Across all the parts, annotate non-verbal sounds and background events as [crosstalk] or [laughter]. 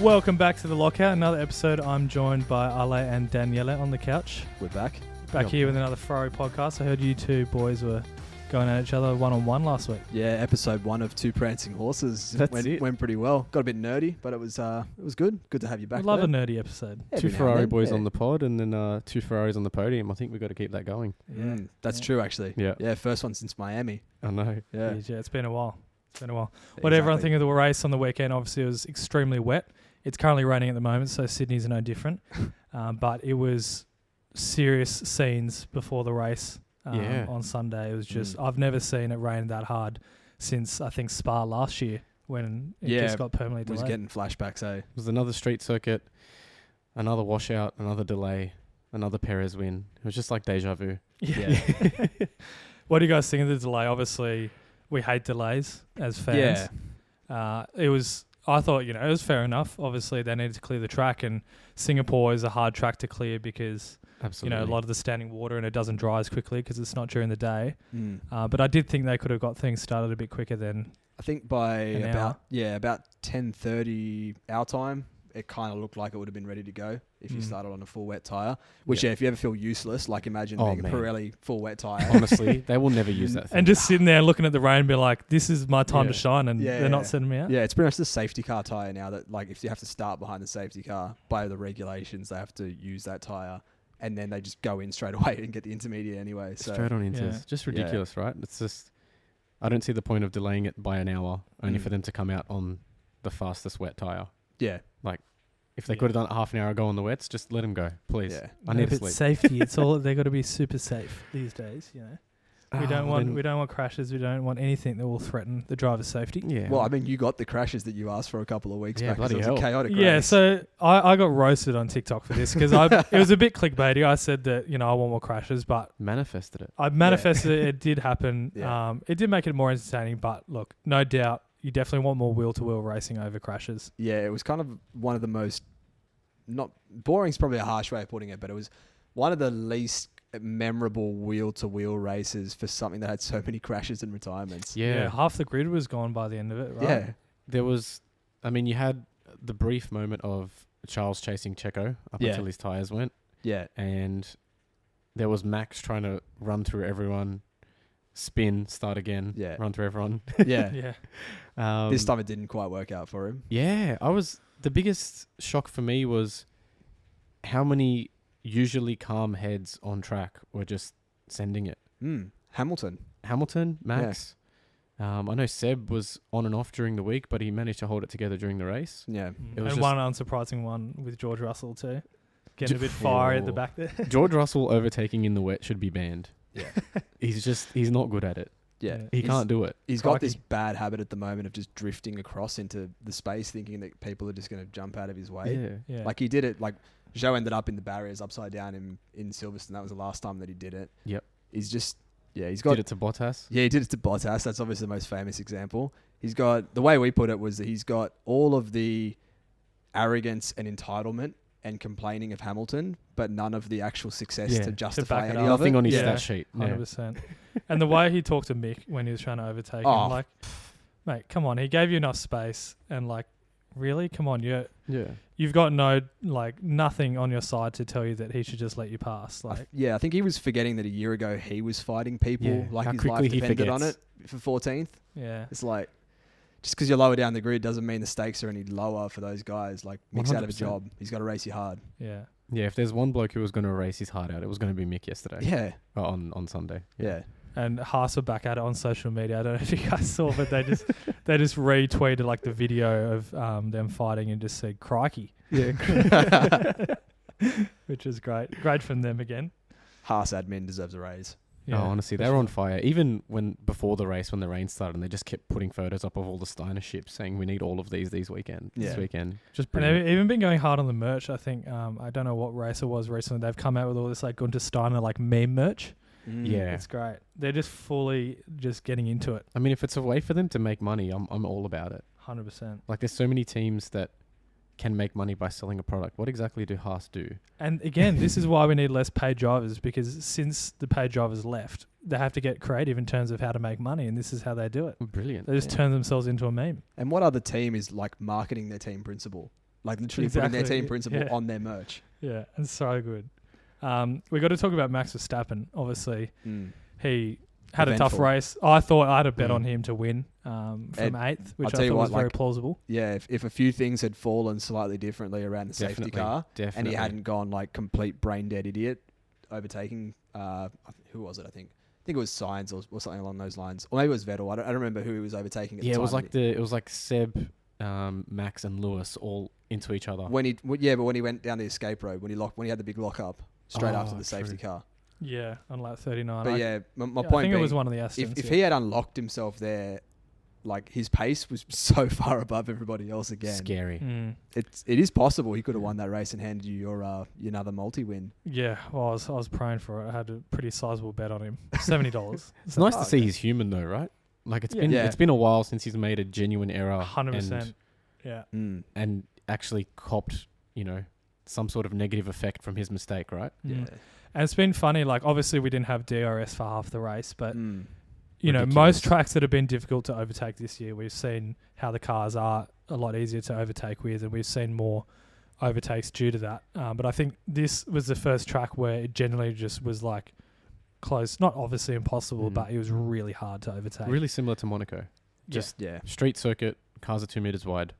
Welcome back to the lockout. Another episode. I'm joined by Ale and Daniela on the couch. We're back. Back Yeah. here with another Ferrari podcast. I heard you two boys were going at each other one on one last week. Yeah, episode one of Two Prancing Horses That's went, it. went pretty well. Got a bit nerdy, but it was uh, it was good. Good to have you I back. love a there. nerdy episode. Every now two and Ferrari then, boys yeah. on the pod, and then uh, two Ferraris on the podium. I think we've got to keep that going. Mm, that's Yeah. true, actually. Yeah. Yeah, first one since Miami. I know. Yeah. Jeez, yeah, it's been a while. It's been a while. Whatever I think of the race on the weekend, obviously it was extremely wet. It's currently raining at the moment, so Sydney's no [laughs] different. um, but it was serious scenes before the race um, Yeah. on Sunday. It was just Mm. I've never seen it rain that hard since I think Spa last year when it Yeah, just got permanently was delayed. getting flashbacks, eh? It was another street circuit, another washout, another delay, another Perez win. It was just like deja vu. [laughs] Yeah. what do you guys think of the delay? Obviously, we hate delays as fans. Uh, it was. I thought you know it was fair enough. Obviously, they needed to clear the track, and Singapore is a hard track to clear because Absolutely. you know a [laughs] lot of the standing water and it doesn't dry as quickly because it's not during the day. Mm. Uh, but I did think they could have got things started a bit quicker than I think by An about hour. yeah about ten thirty our time, it kind of looked like it would have been ready to go if you Mm. started on a full wet tire. Which Yeah. yeah, if you ever feel useless, like imagine Oh, being man. a Pirelli full wet tire. Honestly, they will never use that. Thing. and just sitting there looking at the rain, be like, "This is my time to Yeah. shine," and Yeah, they're yeah. not sending me out. Yeah, it's pretty much the safety car tire now that like if you have to start behind the safety car by the regulations, they have to use that tire and then they just go in straight [laughs] away and get the intermediate anyway. So straight on into Yeah. it's just Yeah. ridiculous, right? It's just I don't see the point of delaying it by an hour only Mm. for them to come out on the fastest wet tire. yeah, If they Yeah. could have done it half an hour ago on the wets, just let them go, please. yeah. I And need if to it's sleep. safety, it's [laughs] [laughs] all they got to be super safe these days. You know, Ah, Ah, we don't want we don't want crashes. We don't want anything that will threaten the driver's safety. yeah. Well, I mean, you got the crashes that you asked for a couple of weeks Yeah, back. 'cause bloody it was hell. a chaotic Yeah, race. so I, I got roasted on TikTok for this because I it was a bit clickbaity. I said that you know I want more crashes, but manifested it. I manifested it, it did [laughs] happen. Yeah. Um, it did make it more entertaining, but look, no doubt you definitely want more wheel to wheel racing over crashes. yeah, it was kind of one of the most not boring's probably a harsh way of putting it, but it was one of the least memorable wheel to wheel races for something that had so many crashes and retirements. Yeah. half the grid was gone by the end of it. Right? Yeah. There was, I mean, you had the brief moment of Charles chasing Checo up Yeah. until his tyres went, [laughs] Yeah. and there was Max trying to run through everyone, spin, start again, Yeah. run through everyone. Yeah. yeah. Um, [laughs] this time it didn't quite work out for him. Yeah, I was the biggest shock for me was how many usually calm heads on track were just sending it. Hmm. Hamilton. Hamilton, Max. Um, I know Seb was on and off during the week, but he managed to hold it together during the race. Yeah. Mm. It was and just- one unsurprising one with George Russell too, getting a [laughs] Ju- bit fiery at the Whoa. back there. [laughs] George Russell overtaking in the wet should be banned. Yeah. [laughs] he's just he's not good at it. Yeah. Yeah. He He's- can't do it. He's got Crikey. this bad habit at the moment of just drifting across into the space thinking that people are just going to jump out of his way. Yeah. yeah, Like he did it like Joe ended up in the barriers upside down in in Silverstone. That was the last time that he did it. Yep. He's just yeah, he's got Did it to Bottas. Yeah, he did it to Bottas. That's obviously the most famous example. He's got the way we put it was that he's got all of the arrogance and entitlement and complaining of Hamilton, but none of the actual success Yeah, to to back justify it any up. of Nothing it. on his Yeah. stat sheet. Yeah. hundred percent. And the way he talked to Mick when he was trying to overtake Oh, him, like, mate, come on, he gave you enough space, and like, really, come on, you Yeah. you've got no like nothing on your side to tell you that he should just let you pass. I Like, th- yeah, I think he was forgetting that a year ago he was fighting people Yeah, like how his quickly life he depended on it forgets. for 14th. yeah, It's like just because you're lower down the grid doesn't mean the stakes are any lower for those guys. Like Mick's out of a 100%. job, he's got to race you hard. yeah. Yeah, if there's one bloke who was going to race his heart out, it was going to be Mick yesterday. Yeah, Uh, on on Sunday. yeah, And Haas were back at it on social media. I don't know if you guys saw, but they [laughs] just they just retweeted like the video of um, them fighting and just said [laughs] crikey, [laughs] yeah. which is great. Great from them again. [laughs] Haas admin deserves a raise. Yeah. Oh, honestly, they were on fire. Even when before the race, when the rain started, and they just kept putting photos up of all the Steiner ships, saying we need all of these these weekend, this Yeah. weekend. Just And brilliant. they've even been going hard on the merch. I think um, I don't know what race it was recently. They've come out with all this like Gunter Steiner like meme merch. yeah, It's great. They're just fully just getting into it. I mean, if it's a way for them to make money, I'm I'm all about it. Hundred percent. Like, there's so many teams that can make money by selling a product. What exactly do Haas do? And again, this is why we need less paid drivers because since the paid drivers left, they have to get creative in terms of how to make money, and this is how they do it. Brilliant. They just Yeah. turn themselves into a meme. And what other team is like marketing their team principal? like literally putting their Exactly, team principle yeah. on their merch. Yeah, and so good. Um, we got to talk about Max Verstappen. Obviously, he had a tough Eventful. race. I thought I had a bet Mm. on him to win um, from eighth, which I tell thought you what, was very like- plausible. Yeah, if, if a few things had fallen slightly differently around the safety Definitely, car and definitely. he hadn't gone like complete brain dead idiot overtaking, uh, I th- who was it? I think I think it was Signs or, or something along those lines, or maybe it was Vettel. I don't, I don't remember who he was overtaking. At Yeah, the it was time. like the it was like Seb, um, Max, and Lewis all into each other. when he w- yeah, but when he went down the escape road, when he locked, when he had the big lock up straight after Oh, the safety true. car. Yeah, on lap thirty nine. But yeah, my, my I point think it being, was one of the Astons. if, if yeah. he had unlocked himself there, like his pace was [laughs] so far above everybody else again. Scary. Mm. It's it is possible he could have won that race and handed you your uh your another multi win. Yeah, well, I was I was praying for it. I had a pretty sizable bet [laughs] on him, seventy dollars. It's nice Oh, to see okay. he's human though, right? Like it's Yeah. been Yeah. it's been a while since he's made a genuine error. Hundred and- percent. Yeah, Mm. and actually copped, you know, some sort of negative effect from his mistake, right? Mm. Yeah. And it's been funny. Like obviously we didn't have DRS for half the race, but Mm. you know Ridiculous. most tracks that have been difficult to overtake this year, we've seen how the cars are a lot easier to overtake with, and we've seen more overtakes due to that. Um, but I think this was the first track where it generally just was like close, not obviously impossible, Mm. but it was really hard to overtake. Really similar to Monaco. Yeah. Just Yeah. street circuit, cars are two meters wide.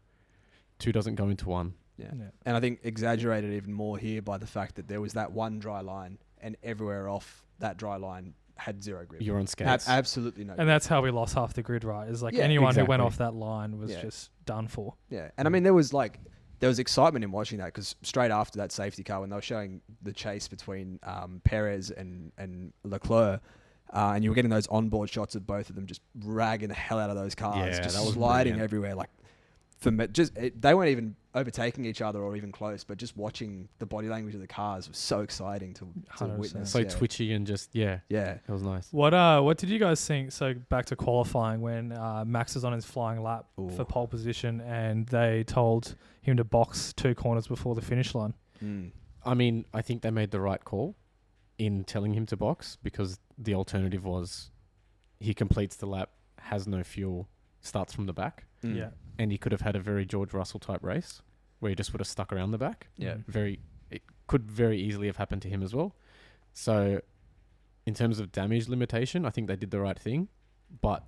Two doesn't go into one. Yeah. Yeah. And I think exaggerated even more here by the fact that there was that one dry line and everywhere off that dry line had zero grip. You're on Ab- skates. absolutely no. And that's how we lost half the grid, right? Is like Yeah, anyone who went exactly. off that line was Yeah. just done for. Yeah, and I mean there was like there was excitement in watching that because straight after that safety car, when they were showing the chase between um, Perez and and Leclerc, uh, and you were getting those onboard shots of both of them just ragging the hell out of those cars, Yeah, just that was sliding brilliant. everywhere. Like for me, just it, they weren't even overtaking each other or even close, but just watching the body language of the cars was so exciting to, to 100%. witness. so yeah. twitchy and just yeah, Yeah, it was nice. What uh, what did you guys think? So back to qualifying when uh, Max is on his flying lap Ooh. for pole position, and they told him to box two corners before the finish line. Mm. I mean, I think they made the right call in telling him to box because the alternative was he completes the lap, has no fuel, starts from the back, Mm. Yeah, and he could have had a very George Russell type race where he just would have stuck around the back. Yeah. Mm. very it could very easily have happened to him as well. So in terms of damage limitation, I think they did the right thing, but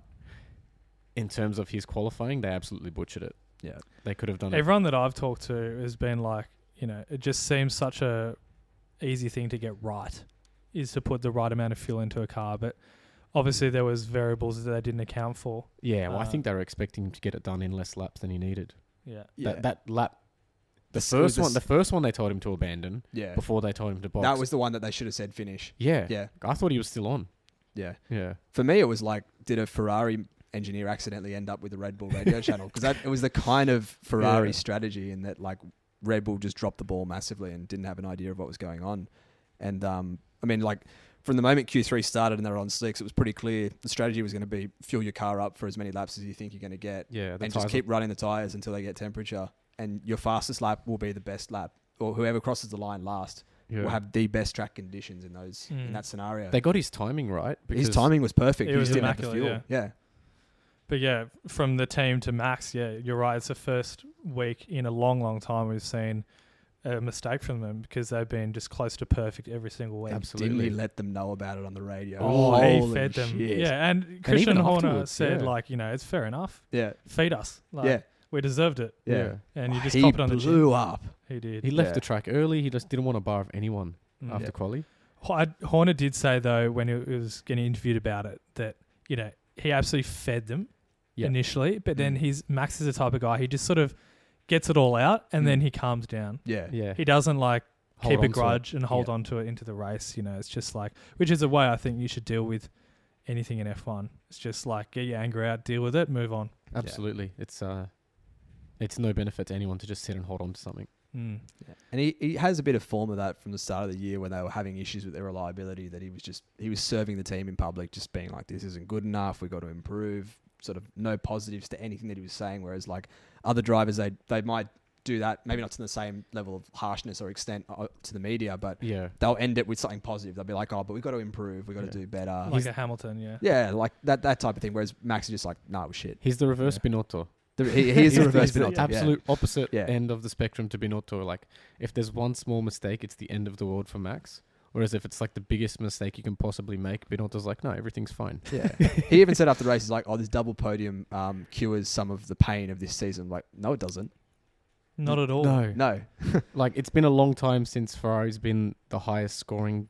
in terms of his qualifying, they absolutely butchered it. Yeah. They could have done it. Everyone that I've talked to has been like, you know, it just seems such a easy thing to get right, is to put the right amount of fuel into a car, but. Obviously, there was variables that they didn't account for. Yeah, well, I Uh, think they were expecting him to get it done in less laps than he needed. Yeah, yeah. That, that lap, the s- it was first one, s- the first one they told him to abandon yeah, before they told him to box. that was the one that they should have said finish. yeah, Yeah, I thought he was still on. yeah. Yeah, for me, it was like, did a Ferrari engineer accidentally end up with the Red Bull [laughs] radio channel? Because it was the kind of Ferrari Yeah. strategy in that like Red Bull just dropped the ball massively and didn't have an idea of what was going on. And um, I mean, like from the moment Q3 started and they were on slicks, it was pretty clear the strategy was going to be fuel your car up for as many laps as you think you're going to get, yeah. The and just tires- keep running the tires until they get temperature. And your fastest lap will be the best lap, or whoever crosses the line last yeah. will have the best track conditions in those in Mm. that scenario. They got his timing right because His timing was perfect. It He was just didn't have the fuel. immaculate, yeah. But yeah, from the team to Max, yeah, you're right. It's the first week in a long, long time we've seen a mistake from them because they've been just close to perfect every single week. Abs- Didn't Absolutely. he let them know about it on the radio? Oh, he Holy fed them. shit. Yeah, and Christian even Horner afterwards, said, yeah. like, you know, it's fair enough. Yeah. Feed us. Like, yeah. We deserved it. Yeah. And you just he cop it on the chin. blew up. He did. He left Yeah. the track early. He just didn't want to bar of anyone Mm. after Yeah. quali. Ho- I- Horner did say, though, when he was getting interviewed about it, that, you know, he absolutely fed them Yeah. initially, but then Mm. he's Max is the type of guy, he just sort of gets it all out and Mm. then he calms down. Yeah. Yeah, He doesn't like, Hold keep on to a it. grudge and hold Yeah. on to it into the race. You know, it's just like, which is a way I think you should deal with anything in F1. It's just like get your anger out, deal with it, move on. Absolutely, it's uh, it's no benefit to anyone to just sit and hold on to something. Mm. And he, he has a bit of form of that from the start of the year when they were having issues with their reliability that he was just he was serving the team in public, just being like, This isn't good enough, we got to improve, sort of no positives to anything that he was saying, whereas like other drivers they they might do that, maybe not to the same level of harshness or extent uh, to the media, but Yeah, they'll end it with something positive. They'll be like, Oh, but we've got to improve, we've got to Yeah. do better. Like a Hamilton, yeah. Yeah, like that that type of thing. Whereas Max is just like, nah, it was shit. he's the reverse Yeah. Binotto. The, [laughs] he, he is the He's reverse the Binotto. yeah. absolute opposite Yeah. end of the spectrum to Binotto. Like, if there's one small mistake, it's the end of the world for Max. Whereas if it's like the biggest mistake you can possibly make, Binotto's like, no, everything's fine. Yeah. [laughs] he even said after the race, he's like, oh, this double podium um, cures some of the pain of this season. Like, no, it doesn't. Not at all. No. No. Like, it's been a long time since Ferrari's been the highest scoring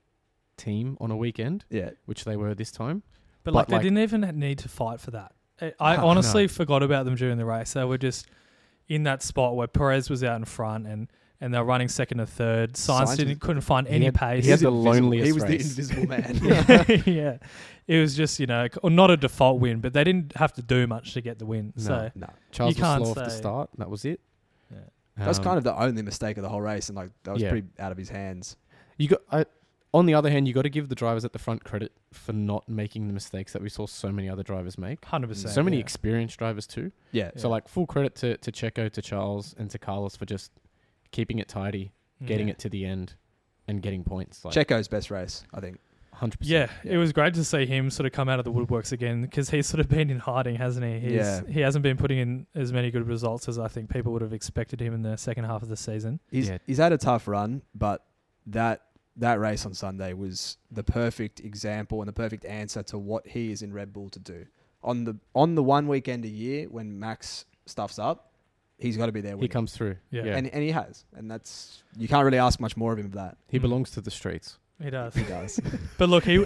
team on a weekend, Yeah. which they were this time. But, But, like, they like- didn't even need to fight for that. I- I [laughs] No. honestly forgot about them during the race. They were just in that spot where Perez was out in front and, and they were running second and third. Sainz, Sainz didn't, is- couldn't find He any had- pace. he had [laughs] the [laughs] invisible- loneliest He was race. the [laughs] invisible man. [laughs] yeah. It was just, you know, c- or not a default win, but they didn't have to do much to get the win. No. So, No. Charles was can't slow off the say. start. That was it. Yeah. That's Um, kind of the only mistake of the whole race, and like that was Yeah. pretty out of his hands. You got. I, on the other hand, you got to give the drivers at the front credit for not making the mistakes that we saw so many other drivers make. 100%. So many yeah. experienced drivers too. Yeah. So like full credit to to Checo, to Charles, and to Carlos for just keeping it tidy, getting it to the end, and getting points. Like Checo's best race, I think. hundred Yeah, percent. it was great to see him sort of come out of the woodworks again because he's sort of been in hiding, hasn't he? He's, Yeah. He hasn't been putting in as many good results as I think people would have expected him in the second half of the season. He's Yeah. he's had a tough run, but that that race on Sunday was the perfect example and the perfect answer to what he is in Red Bull to do. On the on the one weekend a year when Max stuffs up, he's got to be there. He Winning. comes through. Yeah. Yeah, and and he has, and that's you can't really ask much more of him for that. Mm. he belongs to the streets. He does. He does. [laughs] but look, [laughs] he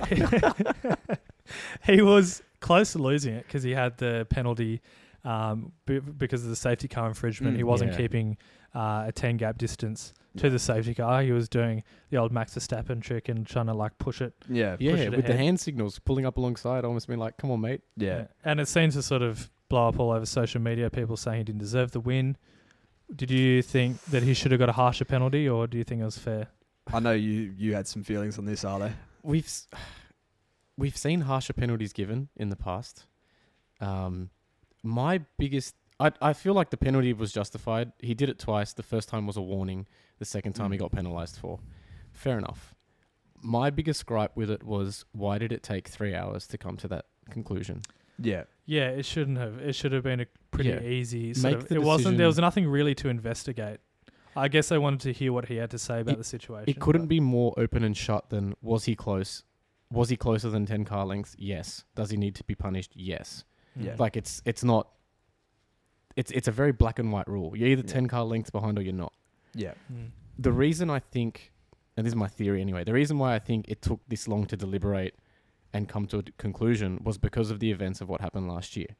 he was close to losing it because he had the penalty um, b- because of the safety car infringement. Mm, he wasn't yeah. keeping uh, a 10 gap distance to Yeah. the safety car. He was doing the old Max Verstappen trick and trying to like push it [laughs] yeah, Yeah, it with the ahead. hand signals, pulling up alongside, almost being like, "Come on, mate." yeah. And it seems to sort of blow up all over social media, people saying he didn't deserve the win. Did you think that he should have got a harsher penalty or do you think it was fair? I know you you had some feelings on this, are there? We've s- [sighs] we've seen harsher penalties given in the past. Um, my biggest, I I feel like the penalty was justified. He did it twice. The first time was a warning. The second time he Mm. got penalized for. Fair enough. My biggest gripe with it was why did it take three hours to come to that conclusion? Yeah, Yeah, it shouldn't have. It should have been a pretty Yeah. easy. Sort Make of, the it wasn't. There decision- was nothing really to investigate. I guess they wanted to hear what he had to say about the situation. It couldn't but- be more open and shut than was he close? Was he closer than ten car lengths? Yes. Does he need to be punished? Yes. Yeah. Like it's it's not. It's it's a very black and white rule. You're either Yeah. ten car lengths behind or you're not. yeah, Mm. the reason I think, and this is my theory anyway, the reason why I think it took this long to deliberate and come to a d- conclusion was because of the events of what happened last year.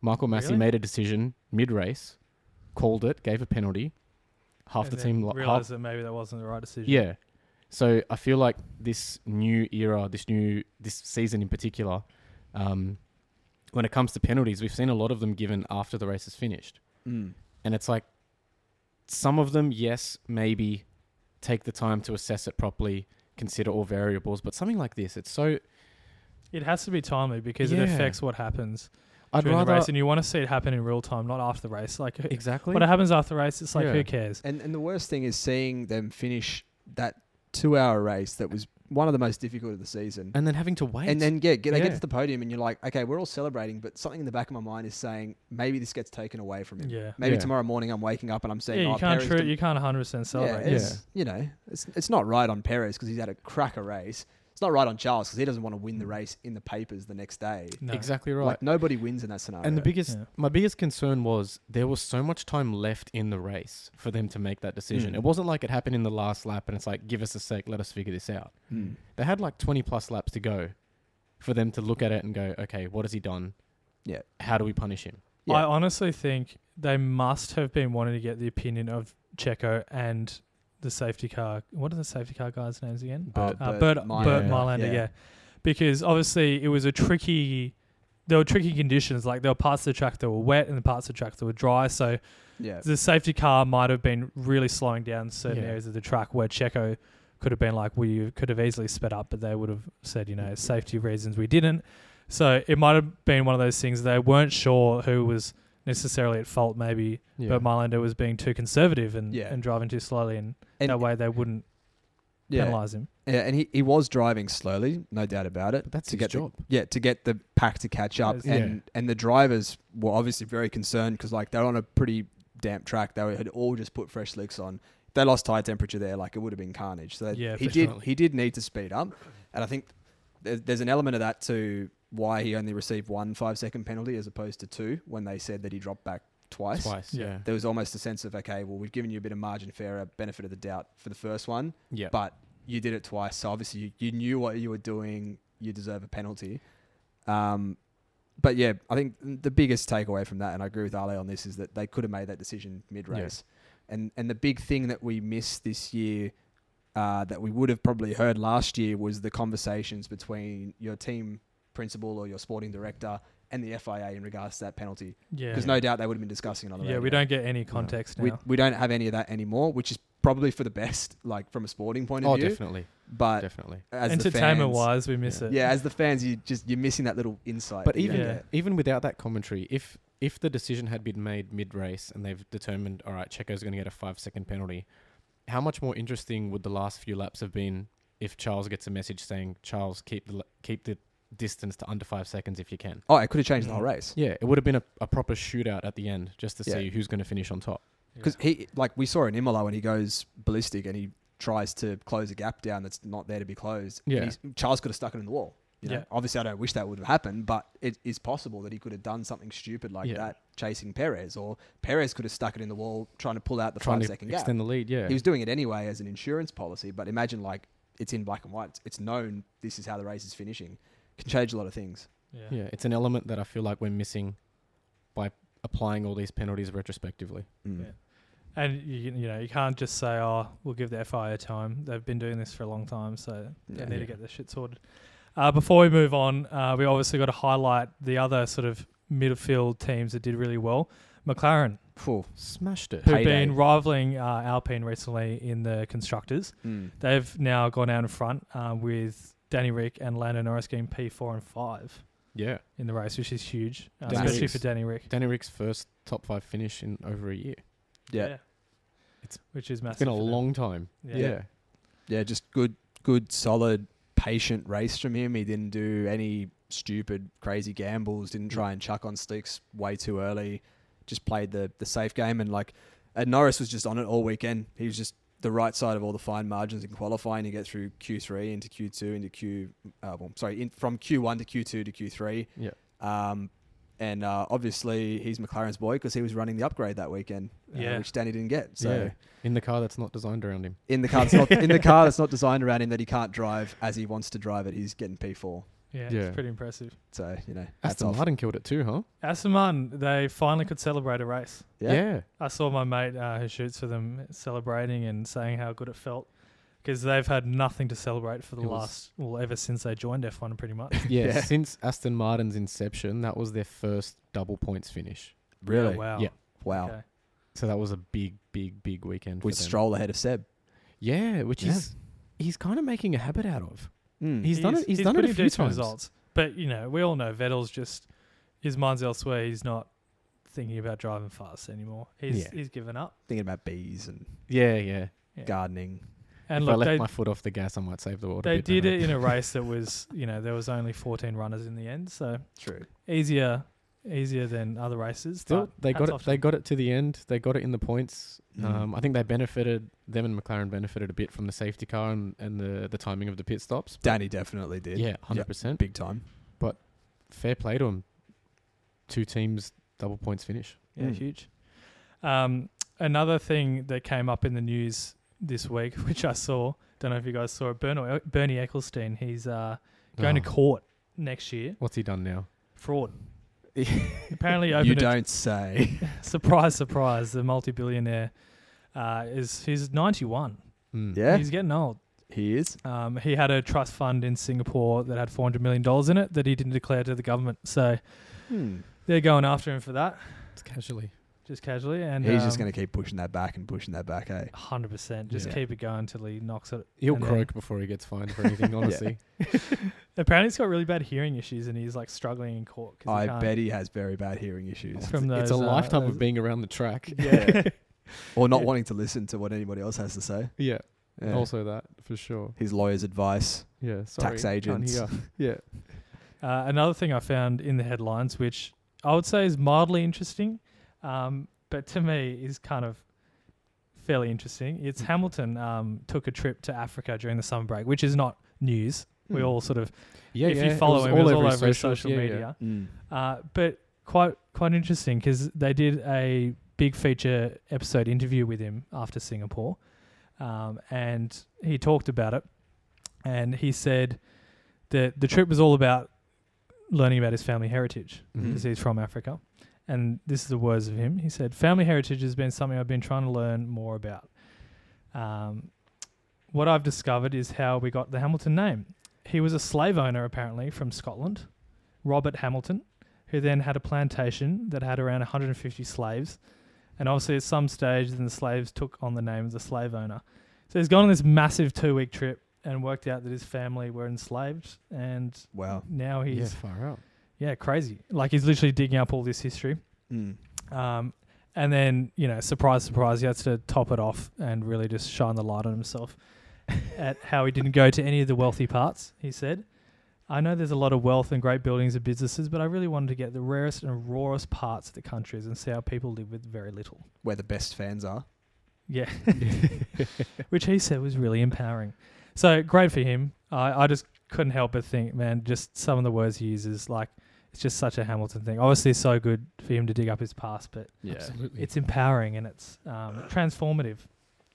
Michael Massey Really? made a decision mid race, called it, gave a penalty. Half And the then team, lo- half, realized that maybe that wasn't the right decision. yeah. So I feel like this new era, this new this season in particular, um, when it comes to penalties, we've seen a lot of them given after the race is finished. mm. And it's like some of them, yes, maybe take the time to assess it properly, consider all variables, but something like this, it's so It has to be timely because it Yeah. affects what happens I'd during the rather race, and you want to see it happen in real time, not after the race. Like who- [laughs] exactly. what happens after the race, it's like Yeah. who cares? And and the worst thing is seeing them finish that two hour race that was one of the most difficult of the season. and then having to wait. And then yeah, get, they get Yeah. to the podium and you're like, okay, we're all celebrating, but something in the back of my mind is saying maybe this gets taken away from him. Yeah. Maybe Yeah. tomorrow morning I'm waking up and I'm Yeah, saying, you oh, can't. Perez Tru- didn't- you can't 100 percent yeah, celebrate. it's, you know, it's it's not right on Perez because he's had a cracker race. It's not right on Charles because he doesn't want to Mm. win the race in the papers the next day. No. Exactly right. Like nobody wins in that scenario. and the biggest yeah. my biggest concern was there was so much time left in the race for them to make that decision. Mm. It wasn't like it happened in the last lap and it's like give us a sec, let us figure this out. Mm. They had like 20 plus laps to go for them to look at it and go, okay, what has he done? Yeah. How do we punish him? Yeah. I honestly think they must have been wanting to get the opinion of Checo and the safety car. What are the safety car guys' names again? Bert- uh, Bert, Bert Mylander. Mylander, Yeah. yeah. Because obviously it was a tricky. There were tricky conditions. Like there were parts of the track that were wet and parts of the track that were dry. So Yeah. the safety car might have been really slowing down certain Yeah. areas of the track where Checo could have been like, we could have easily sped up, but they would have said, you know, safety reasons we didn't. So it might have been one of those things they weren't sure who was necessarily at fault, maybe, Yeah. but Mylander was being too conservative and, Yeah. and driving too slowly, and, And- that way they wouldn't Yeah. penalise him. Yeah, and he, he was driving slowly, no doubt about it. But that's to his get the- job. yeah, to get the pack to catch up, Yeah. and and the drivers were obviously very concerned because like they're on a pretty damp track. They had all just put fresh slicks on. If They lost tire temperature there, like it would have been carnage. So that- Yeah, he for did sure. he did need to speed up, and I think there- there's an element of that to why he only received one five second penalty as opposed to two when they said that he dropped back twice. Twice. Yeah. Yeah. There was almost a sense of okay, well we've given you a bit of margin fairer benefit of the doubt for the first one Yeah. but you did it twice. So obviously you, you knew what you were doing. You deserve a penalty. Um, but yeah, I think the biggest takeaway from that, and I agree with Ale on this, is that they could have made that decision mid race. And and the big thing that we missed this year, uh, that we would have probably heard last year, was the conversations between your team principal or your sporting director and the FIA in regards to that penalty. Yeah, Because no doubt they would have been discussing it on the yeah, we radio. don't get any context We, now. we don't have any of that anymore, which is probably for the best, like from a sporting point of oh, view. uh, definitely, But definitely. as the Entertainment fans- wise, we miss it. Yeah, as the fans, you just you're missing that little insight. But that you even don't Yeah. get. even without that commentary, if if the decision had been made mid race and they've determined, all right, Checo's going to get a five second penalty, how much more interesting would the last few laps have been if Charles gets a message saying, Charles, keep the l- keep the distance to under five seconds if you can. oh, it could have changed the whole race Yeah, it would have been a, a proper shootout at the end just to Yeah. see who's going to finish on top. because he like we saw in Imola when he goes ballistic and he tries to close a gap down that's not there to be closed. and Yeah. he's- Charles could have stuck it in the wall. You know? Yeah. obviously I don't wish that would have happened, but it is possible that he could have done something stupid like Yeah. that chasing Perez, or Perez could have stuck it in the wall trying to pull out the Trying five to second gap. extend the lead, yeah. He was doing it anyway as an insurance policy, but imagine like it's in black and white. It's, it's known this is how the race is finishing. Can change a lot of things. yeah. yeah, it's an element that I feel like we're missing by applying all these penalties retrospectively. Mm. Yeah. And you, you know you can't just say, "Oh, we'll give the FIA time." They've been doing this for a long time, so Yeah. they need Yeah. to get this shit sorted. Uh, before we move on, uh, we obviously got to highlight the other sort of midfield teams that did really well. McLaren, Phew. Smashed it. who've Payday. been rivaling uh, Alpine recently in the constructors, Mm. they've now gone out in front uh, with Danny Rick and Lando Norris getting P4 and five Yeah. in the race, which is huge, uh, Danny especially Rick's- for Danny Rick. Danny Rick's first top five finish in over a year. Yeah. It's- which is It's massive. been a for them. long time. Yeah. Yeah. Yeah, just good, good, solid, patient race from him. He didn't do any stupid, crazy gambles. Didn't try and chuck on sticks way too early. Just played the the safe game and like, and Norris was just on it all weekend. He was just the right side of all the fine margins in qualifying. You get through Q three into Q two into Q, uh, well, sorry, in, from Q one to Q two to Q three. Yeah. Um, and uh, obviously he's McLaren's boy because he was running the upgrade that weekend, uh, Yeah. which Danny didn't get. So Yeah. In the car that's not designed around him. in the car that's not in the car that's not designed around him that he can't drive as he wants to drive it. He's getting P four. Yeah, Yeah. it's pretty impressive. So you know, that's Aston off. Martin killed it too, huh? Aston Martin, they finally could celebrate a race. Yeah. [laughs] I saw my mate uh, who shoots for them celebrating and saying how good it felt because they've had nothing to celebrate for the It was- last, well, ever since they joined F1 pretty much. [laughs] Yeah. Yeah. Since Aston Martin's inception, that was their first double points finish. Yeah, Really? Oh, wow. Yeah. Wow. Okay. So that was a big, big, big weekend. With for them. Stroll ahead of Seb. Yeah, which Yeah. is he's kind of making a habit out of. Mm. He's done it. He's, done it a pretty few decent times. Results. But, you know, we all know Vettel's just, his mind's elsewhere. He's not thinking about driving fast anymore. He's Yeah. he's given up. Thinking about bees and Yeah, yeah. Yeah. gardening. And if I look, left they, my foot off the gas, I might save the world. a they bit, did don't I? it in a race [laughs] that was, you know, there was only 14 runners in the end. So True. easier easier than other races. Still, but they got hats it. off to They them. got it to the end. They got it in the points. Mm. Um, I think they benefited. Them and McLaren benefited a bit from the safety car and, and the the timing of the pit stops. Danny definitely did. Yeah, hundred percent. Big time. Fair play to them. Two teams, double points finish. Yeah, Mm. huge. Um, another thing that came up in the news this week, [laughs] which I saw, don't know if you guys saw it, Bernie, Bernie Ecclestone, he's uh, going to Oh, court next year. What's he done now? Fraud. [laughs] Apparently, he You opened a, don't say. [laughs] surprise, surprise, the multi-billionaire uh, is he's 91. Mm. yeah, He's getting old. he is. Um, he had a trust fund in Singapore that had 400 million dollars in it that he didn't declare to the government. So Hmm. they're going after him for that, It's casually. just casually. And he's just um, going to keep pushing that back and pushing that back. Hey. Hundred percent. Just Yeah. keep it going till he knocks it. He'll and uh, then- croak before he gets fined for [laughs] anything. Honestly, Apparently, he's got really bad hearing issues, and he's like struggling in court. 'cause he I can't- bet he has very bad hearing issues, from those, it's a uh, lifetime those- of being around the track. Yeah, [laughs] [laughs] or not Oh, Yeah. wanting to listen to what anybody else has to say. [laughs] yeah. Yeah. Also that for sure. His lawyer's advice. Yeah, sorry, Tax can't agents. hear. [laughs] Yeah, Uh, another thing I found in the headlines, which I would say is mildly interesting, um, but to me is kind of fairly interesting. It's Hamilton um, took a trip to Africa during the summer break, which is not news. We Hmm. all sort of, yeah. if yeah. you follow him, it was all over his social yeah, yeah. media. Uh, but quite quite interesting because they did a big feature episode interview with him after Singapore, um, and he talked about it, and he said that the trip was all about learning about his family heritage Mhm. because he's from Africa. And this is the words of him. He said, Family heritage has been something I've been trying to learn more about. Um, what I've discovered is how we got the Hamilton name. He was a slave owner, apparently, from Scotland, Robert Hamilton, who then had a plantation that had around 150 slaves. And obviously, at some stage, then the slaves took on the name of the slave owner. So he's gone on this massive two week trip and worked out that his family were enslaved. And Wow. now he's Yeah, far out. yeah, crazy. Like he's literally digging up all this history. Mm. Um, and then, you know, surprise, surprise, he has to top it off and really just shine the light on himself [laughs] at how he didn't go to any of the wealthy parts, he said. I know there's a lot of wealth and great buildings and businesses, but I really wanted to get the rarest and rawest parts of the countries and see how people live with very little. Where the best fans are. [laughs] Yeah. [laughs] Which he said was really empowering. So great for him. I, I just couldn't help but think, man, just some of the words he uses, like, it's just such a Hamilton thing. Obviously, it's so good for him to dig up his past, but Yeah. Absolutely. it's empowering and it's um, transformative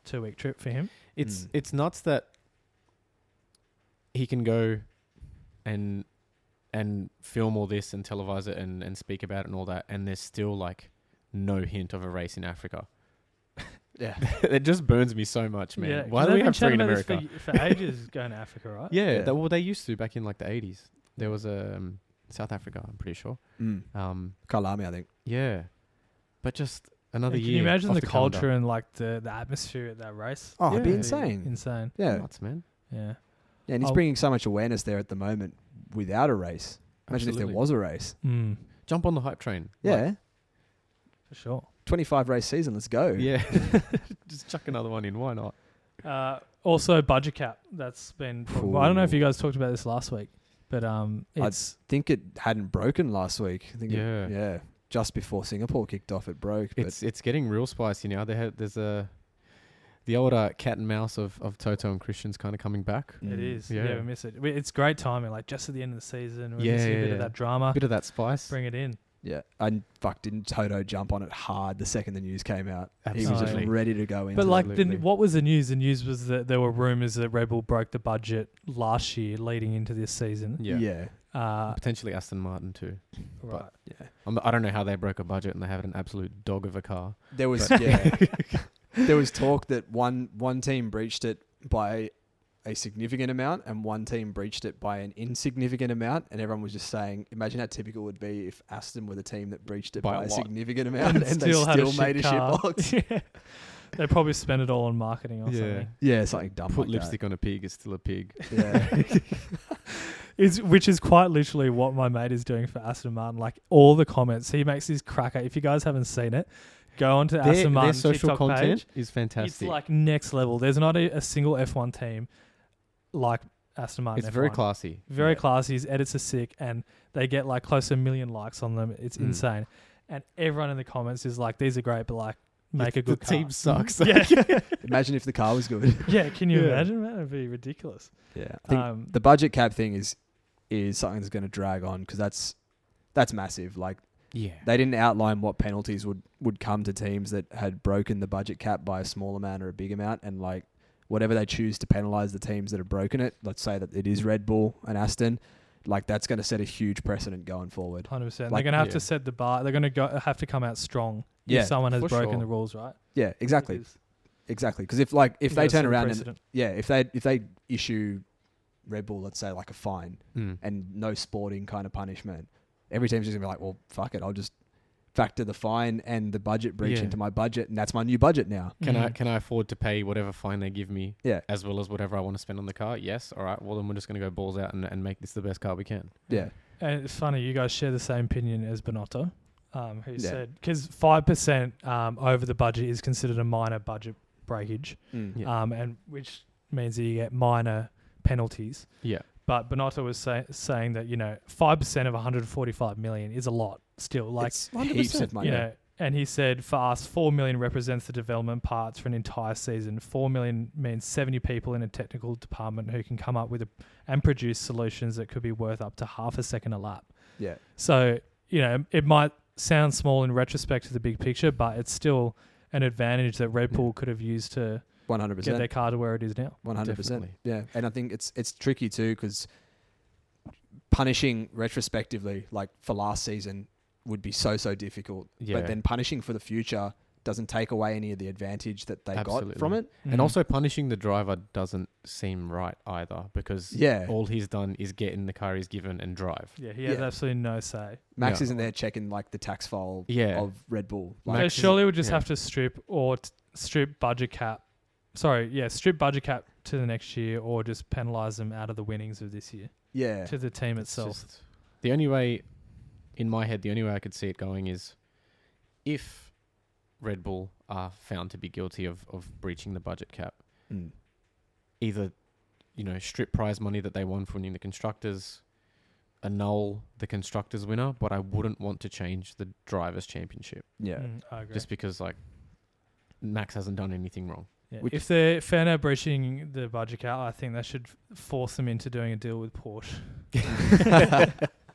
two week trip for him. It's Mm. it's nuts that he can go and and film all this and televise it and, and speak about it and all that and there's still like no hint of a race in Africa. [laughs] Yeah. it just burns me so much, man. Yeah, Why 'cause do they've we been have three chatting in about this America? For, for ages [laughs] going to Africa, right? Yeah, Yeah. That, well they used to back in like the eighties. There was a um, South Africa, I'm pretty sure. Mm. Um, Kalami, I think. yeah, but just another And can year. you imagine off the, calendar. culture and like the, the atmosphere at that race? Oh, it'd be Yeah. insane. Insane. Yeah. Nuts, man. Yeah. yeah. And he's I'll- bringing so much awareness there at the moment without a race. Imagine if Absolutely. there was a race. Mm, jump on the hype train. Yeah. Like, for sure. 25 race season. Let's go. [laughs] yeah. just chuck another one in. Why not? Uh, also, budget cap. That's been. talked about. I don't know if Ooh. you guys talked about this last week, but um, I'd- it's think it hadn't broken last week. I think it- Yeah. yeah. Just before Singapore kicked off, it broke. But It's it's getting real spicy now. They had there's a the older cat and mouse of, of Toto and Christian's kind of coming back. it Mm. is. Yeah. Yeah. we miss it. We, it's great timing. Like just at the end of the season, we Yeah, yeah, see a yeah, bit of yeah. that drama. Bit of that spice. Uh, Bring it in. Yeah, and fuck, didn't Toto jump on it hard the second the news came out? He was Absolutely. just ready to go in. But like, the, Absolutely. what was the news? The news was that there were rumors that Red Bull broke the budget last year, leading into this season. Yeah. yeah, yeah, Uh, Potentially Aston Martin too. right. I'm, I don't know how they broke a budget and they have an absolute dog of a car. There was But- yeah, [laughs] there was talk that one one team breached it by a significant amount, and one team breached it by an insignificant amount, and everyone was just saying, imagine how typical it would be if Aston were the team that breached it by, By a a lot. significant amount, [laughs] [laughs] and, they had still made a car. shitbox. Yeah. [laughs] They probably spent it all on marketing or yeah. something. yeah, something Oh dumb. Put like lipstick on a pig, it's still a pig. That. Yeah. It's, which is quite literally what my mate is doing for Aston Martin. Like all the comments, he makes his cracker. If you guys haven't seen it, go onto Their, Aston Martin their social TikTok content page. is fantastic. It's like next level. There's not a, a single F1 team like Aston Martin. It's very F1. classy. very Yeah. classy. His edits are sick, and they get like close to a million likes on them. It's Mm. insane, and everyone in the comments is like, "These are great, but like, make The- a good the car." team [laughs] sucks. yeah, imagine if the car was good. yeah. Can you Yeah. imagine? Man, it'd be ridiculous. Yeah, I think Um, the budget cap thing is is something that's going to drag on because that's that's massive. Like [laughs] yeah. they didn't outline what penalties would would come to teams that had broken the budget cap by a small amount or a big amount, and like whatever they choose to penalize the teams that have broken it. Let's say that it is Red Bull and Aston. Like that's going to set a huge precedent going forward. Hundred percent. They're Like- gonna have Yeah. to set the bar. They're gonna go have to come out strong. Yeah, if someone has for broken sure. the rules, right? Yeah, exactly, Because exactly. Because if like if you they gotta set turn a around and precedent. yeah, if they if they issue Red Bull, let's say like a fine, Mm. and no sporting kind of punishment. Every team's just gonna be like, well, fuck it, I'll just factor the fine and the budget breach Yeah. into my budget, and that's my new budget now. Can I Mm. can I afford to pay whatever fine they give me? Mm-hmm. Yeah. As well as whatever I want to spend on the car? Yes. All right. Well, then we're just going to go balls out and, and make this the best car we can. Yeah, And it's funny, you guys share the same opinion as Bonotto, um, who Yeah. said because five percent um, over the budget is considered a minor budget breakage, Mm. Yeah. um, and which means that you get minor penalties. Yeah. But Bonotto was say, saying that you know five percent of 145 million is a lot still. Like it's heaps of money. you know, and he said for us, four million represents the development parts for an entire season. Four million means 70 people in a technical department who can come up with a, and produce solutions that could be worth up to half a second a lap. Yeah. So, you know, it might sound small in retrospect to the big picture, but it's still an advantage that Red Bull could have used to One hundred get percent. their car to where it is now. One hundred percent. Definitely. Yeah, and I think it's it's tricky too because punishing retrospectively, like for last season, would be so so difficult. Yeah. But then punishing for the future doesn't take away any of the advantage that they got from Absolutely. it. Mm. And also punishing the driver doesn't seem right either because Yeah, all he's done is get in the car he's given and drive. yeah, he has Yeah. absolutely no say. Max Yeah. isn't there checking like the tax file Yeah. of Red Bull. Max They Like, is- surely would just yeah. have to strip or t- strip budget cap. Sorry, yeah, strip budget cap to the next year, or just penalise them out of the winnings of this year yeah, to the team It's itself. just- the only way, in my head, the only way I could see it going is if Red Bull are found to be guilty of, of breaching the budget cap, Mm. either, you know, strip prize money that they won from winning the constructors, annul the constructors winner, but I wouldn't want to change the drivers' championship yeah, Mm, I agree. just because, like, Max hasn't done anything wrong. Yeah, Which- if they're found out breaching the budget cap, I think that should force them into doing a deal with [laughs] Porsche. [laughs]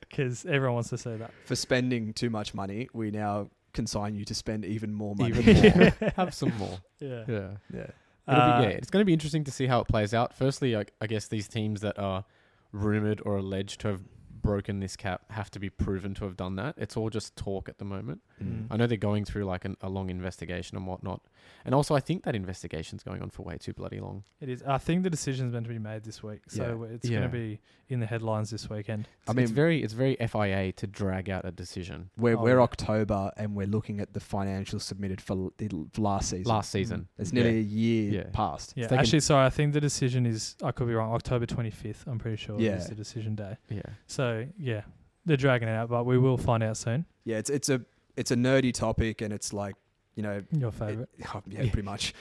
Because everyone wants to say that. For spending too much money, we now consign you to spend even more money. Even [laughs] more. Have some more. Yeah. Yeah. [laughs] yeah, It'll Uh, be, yeah, it's going to be interesting to see how it plays out. Firstly, I, I guess these teams that are rumored or alleged to have broken this cap have to be proven to have done that. It's all just talk at the moment. Mm. I know they're going through like an, a long investigation and whatnot, and also I think that investigation's going on for way too bloody long. It is. I think the decision's meant to be made this week, so it's Yeah. going to be in the headlines this weekend. I I mean- mean, it's very it's very FIA to drag out a decision We're, Oh, we're yeah. October and we're looking at the financials submitted for l- the l- for last season. Mm. last season. It's nearly a year Yeah. past. Yeah, they can- actually, sorry, I think the decision is. I could be wrong. October twenty fifth. I'm pretty sure Yeah. is the decision day. yeah, yeah. So yeah, they're dragging it out, but we will find out soon. Yeah, it's it's a it's a nerdy topic and it's like you know, Your it- [laughs] favorite. Oh, yeah, pretty much.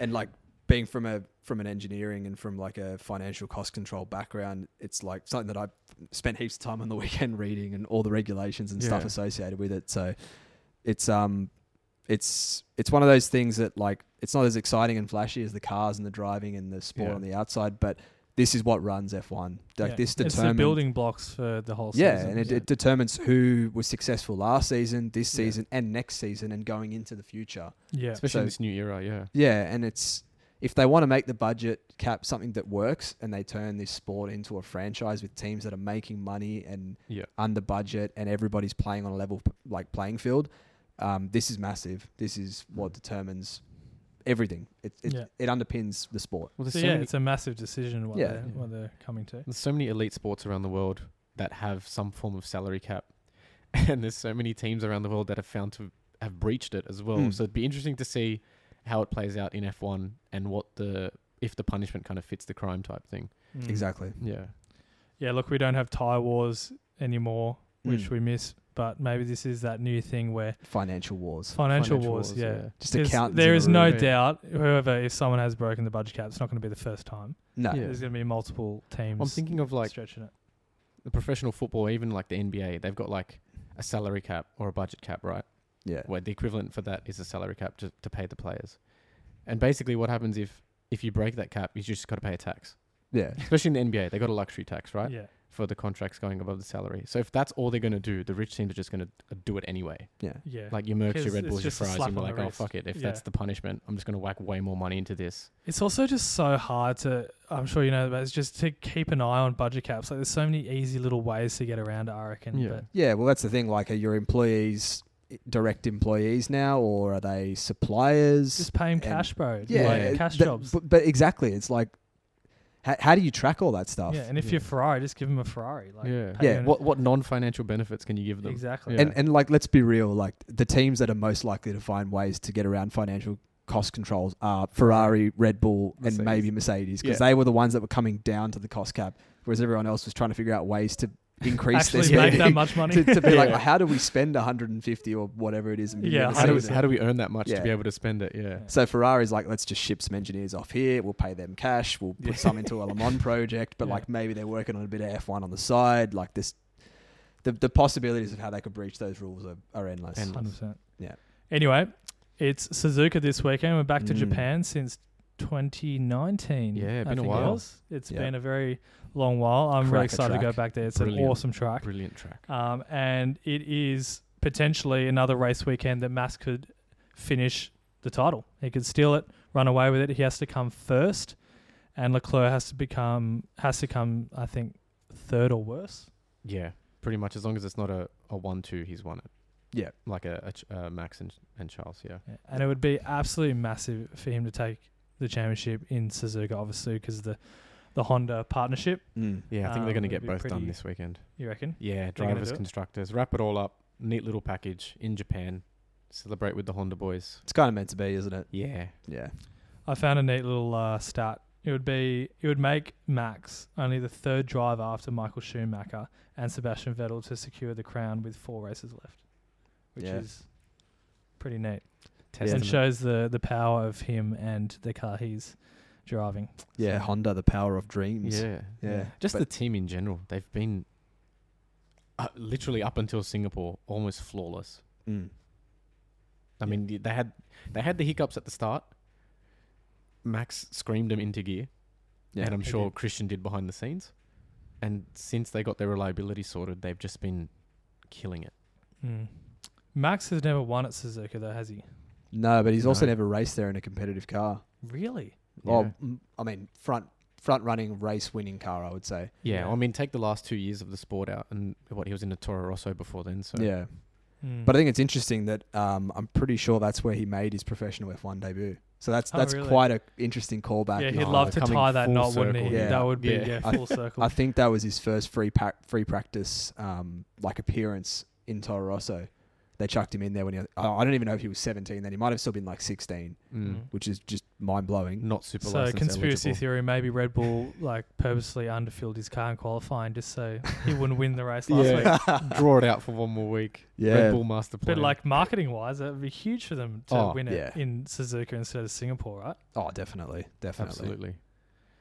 And like being from a from an engineering and from like a financial cost control background, it's like something that I spent heaps of time on the [laughs] weekend reading and all the regulations and stuff Yeah. associated with it. So it's um it's it's one of those things that like it's not as exciting and flashy as the cars and the driving and the sport Yeah. on the outside, but this is what runs F1. Like Yeah. this It's the determines building blocks for the whole yeah, season. and it, so- it determines who was successful last season, this Yeah. season, and next season, and going into the future. yeah. especially So- in this new era. Yeah, Yeah, and it's if they want to make the budget cap something that works, and they turn this sport into a franchise with teams that are making money and Yeah. under budget, and everybody's playing on a level p- like playing field. Um, this is massive. This is what determines everything. It it, Yeah. it underpins the sport. well, there's So so yeah, many- it's a massive decision what Yeah. they're Yeah. Mm. what they're coming to. There's so many elite sports around the world that have some form of salary cap, [laughs] and there's so many teams around the world that have found to have breached it as well. Mm. So it'd be interesting to see how it plays out in F1 and what the if the punishment kind of fits the crime type thing. Mm. Exactly. Yeah, Yeah, look, we don't have tie wars anymore, which Mm. we miss, but maybe this is that new thing where Financial wars. financial, wars, yeah. Just 'Cause accountants. in there a is room. no [laughs] room. doubt, whoever, if someone has broken the budget cap, it's not going to be the first time. no. Yeah. There's going to be multiple teams I'm thinking of like stretching it. the professional football, even like the NBA. They've got like a salary cap or a budget cap, right? Yeah. where the equivalent for that is a salary cap to, to pay the players. And basically, what happens if if you break that cap, you just got to pay a tax. Yeah. Especially in the NBA, they got a luxury tax, right? Yeah. for the contracts going above the salary. So if that's all they're going to do, the rich teams are just going to do it anyway. Yeah. Yeah. Like your Mercs, your Because Red it's Bulls, your just a fries, slap and you're on like, the oh, wrist." fuck it. If Yeah. that's the punishment, I'm just going to whack way more money into this. It's also just so hard to. I'm sure you know, but it's just to keep an eye on budget caps. Like, there's so many easy little ways to get around it. I reckon. Yeah. But Yeah, well, that's the thing. Like, are your employees i- direct employees now, or are they suppliers? just pay 'em And- cash, bro. yeah, Like, cash that- jobs. But, but exactly, it's like, how, how do you track all that stuff? yeah. And if Yeah. you're Ferrari, just give them a Ferrari. Like, yeah. pay Yeah, them- What what non financial benefits can you give them? exactly. Yeah. And and like, let's be real. Like, the teams that are most likely to find ways to get around financial cost controls are Ferrari, Red Bull, and Mercedes. maybe Mercedes because Yeah. they were the ones that were coming down to the cost cap, whereas everyone else was trying to figure out ways to increase their actually make spending. that much money. [laughs] to, to be [laughs] like, Yeah. how do we spend 150 or whatever it is? And Yeah, How do, we, Seriously. how do we earn that much to be Yeah. able to spend it? Yeah. So Ferrari's like, let's just ship some engineers off here. We'll pay them cash. We'll put Yeah. some into a Le [laughs] Mans project, but Yeah. like maybe they're working on a bit of F1 on the side. Like this, the the possibilities of how they could breach those rules are, are endless. Endless. Hundred percent. Yeah. Anyway, it's Suzuka this weekend. We're back to Mm. Japan since 2019. I Yeah, been a think it while. was. It's Yeah. been a very long while. I'm Cracker really excited to go track. back there. It's an Brilliant. awesome track, Brilliant track. um, and it is potentially another race weekend that Mass could finish the title. He could steal it, run away with it. He has to come first, and Leclerc has to become has to come. I think third or worse. Yeah. Pretty much as long as it's not a, a 1 2, he's won it. Yeah. Like a, a Ch- uh, Max and, and Charles, yeah. Yeah, And it would be absolutely massive for him to take the championship in Suzuka, obviously, because the the Honda partnership. Mm. Yeah, I think Um, they're going to it'd get be both pretty- done this weekend. You reckon? Yeah, gonna drivers, do it? constructors, wrap it all up. Neat little package in Japan. Celebrate with the Honda boys. It's kind of meant to be, isn't it? Yeah. Yeah. I found a neat little uh, stat. It would be it would make Max only the third driver after Michael Schumacher and Sebastian Vettel to secure the crown with four races left, which Yeah. is pretty neat Testament. and shows the the power of him and the car he's driving. Yeah. So- Honda, the power of dreams. Yeah. Yeah. Just But- the team in general. They've been uh, literally up until Singapore almost flawless. Mm. I mean, th- they had they had the hiccups at the start. Max screamed them into gear, Yeah. and I'm They sure did. Christian did behind the scenes. And since they got their reliability sorted, they've just been killing it. Mm. Max has never won at Suzuka though, has he? No, but he's also No. never raced there in a competitive car. Really? Well, m- I mean, front front running race winning car, I would say. yeah. Yeah. I mean, take the last two years of the sport out, and what he was in a Toro Rosso before then. So Yeah. Mm. But I think it's interesting that um, I'm pretty sure that's where he made his professional F1 debut. So that's Oh, that's really? quite a interesting callback. Yeah, in he'd time. love to coming tie that full knot, wouldn't he? oh, circle. Yeah. That would be Yeah. yeah, I- full circle. I think that was his first free pa- free practice um, like appearance in Toro Rosso. They chucked him in there when he. I I don't even know if he was 17 then. He might have still been like 16, mm, Mm. which is just mind blowing. not super. so license conspiracy eligible. theory, maybe Red Bull like purposely underfilled his car in qualifying just so he wouldn't win the race last week. Draw it out for one more week. Yeah. Red Bull master plan. But like marketing wise, that would be huge for them to Oh, win it yeah. in Suzuka instead of Singapore, right? [laughs] Oh, definitely, definitely. absolutely.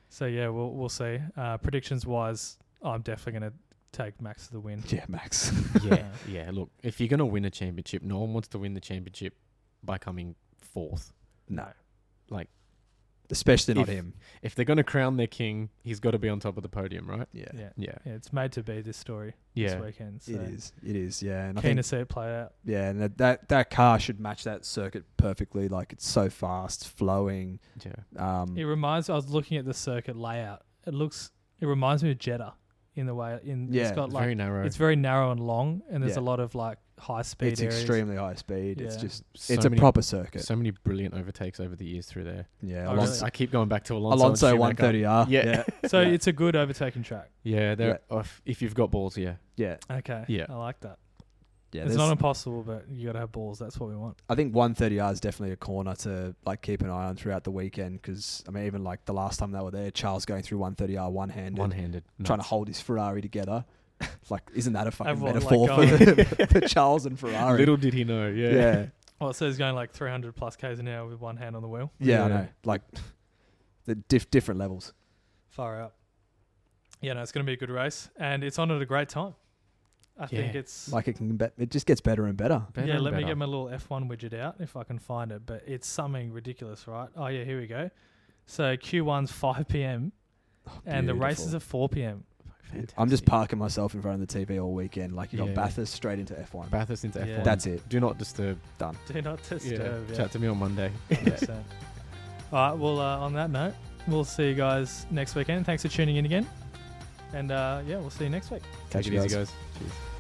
So yeah, we'll we'll see. Uh, predictions wise, I'm definitely gonna take Max to the win. [laughs] [laughs] Uh, Yeah, Max. yeah, yeah. Look, if you're gonna win a championship, no one wants to win the championship by coming fourth. no, Like, especially not If- him. If they're gonna crown their king, he's got to be on top of the podium, right? Yeah, Yeah. Yeah, Yeah, it's made to be this story yeah. this weekend. So it is. It is. Yeah, and I keen think to see it play out. yeah, and that, that that car should match that circuit perfectly. Like it's so fast, flowing. yeah. Um, It reminds. I was looking at the circuit layout. It looks. It reminds me of Jeddah in the way. In it's Yeah, got It's like very narrow. it's very narrow and long, and there's Yeah. a lot of like high speed. it's areas. extremely high speed. It's Yeah. just So it's a many- proper circuit. So many brilliant overtakes over the years through there. yeah, Oh, Alonso, really? I keep going back to Alonso. and Alonso Schumacher. 130R. Yeah. [laughs] yeah, So Yeah. it's a good overtaking track. Yeah, they're off if you've got balls, yeah. yeah. Okay. Yeah. I like that. yeah it's there's- not impossible, but you got to have balls. That's what we want. I think 130R is definitely a corner to like keep an eye on throughout the weekend because I mean even like the last time they were there, Charles going through 130R one handed, One handed. trying to hold his [laughs] Ferrari together. like, isn't that a fucking Everyone, like, metaphor going- for, the, [laughs] [laughs] for Charles and Ferrari? Little did he know, yeah. yeah, yeah, Well, it says Oh, going like 300 plus k's an hour with one hand on the wheel. I Yeah. know. Like [laughs] the diff- different levels. Far out. Yeah, no, it's going to be a good race, and it's on at a great time. I think Yeah. it's Like it can be- it just gets better and better. [laughs] Better yeah, and let me better. get my little F1 widget out if I can find it, but it's something ridiculous, right? Oh, yeah, here we go. So Q1's 5 p.m. and the race is Beautiful. at 4 p.m. I'm just Oh, Fantastic. parking myself in front of the TV all weekend. Like you got Yeah. Bathurst straight into F1. Bathurst into Yeah. F1. That's it. Do not disturb. Do not [laughs] disturb. yeah. Yeah. Chat to me on Monday. [laughs] 100%. [laughs] All right, well, uh, on that note, we'll see you guys next weekend. Thanks for tuning in again. And uh, yeah, we'll see you next week. Catch Take you it easy, guys. guys. Cheers.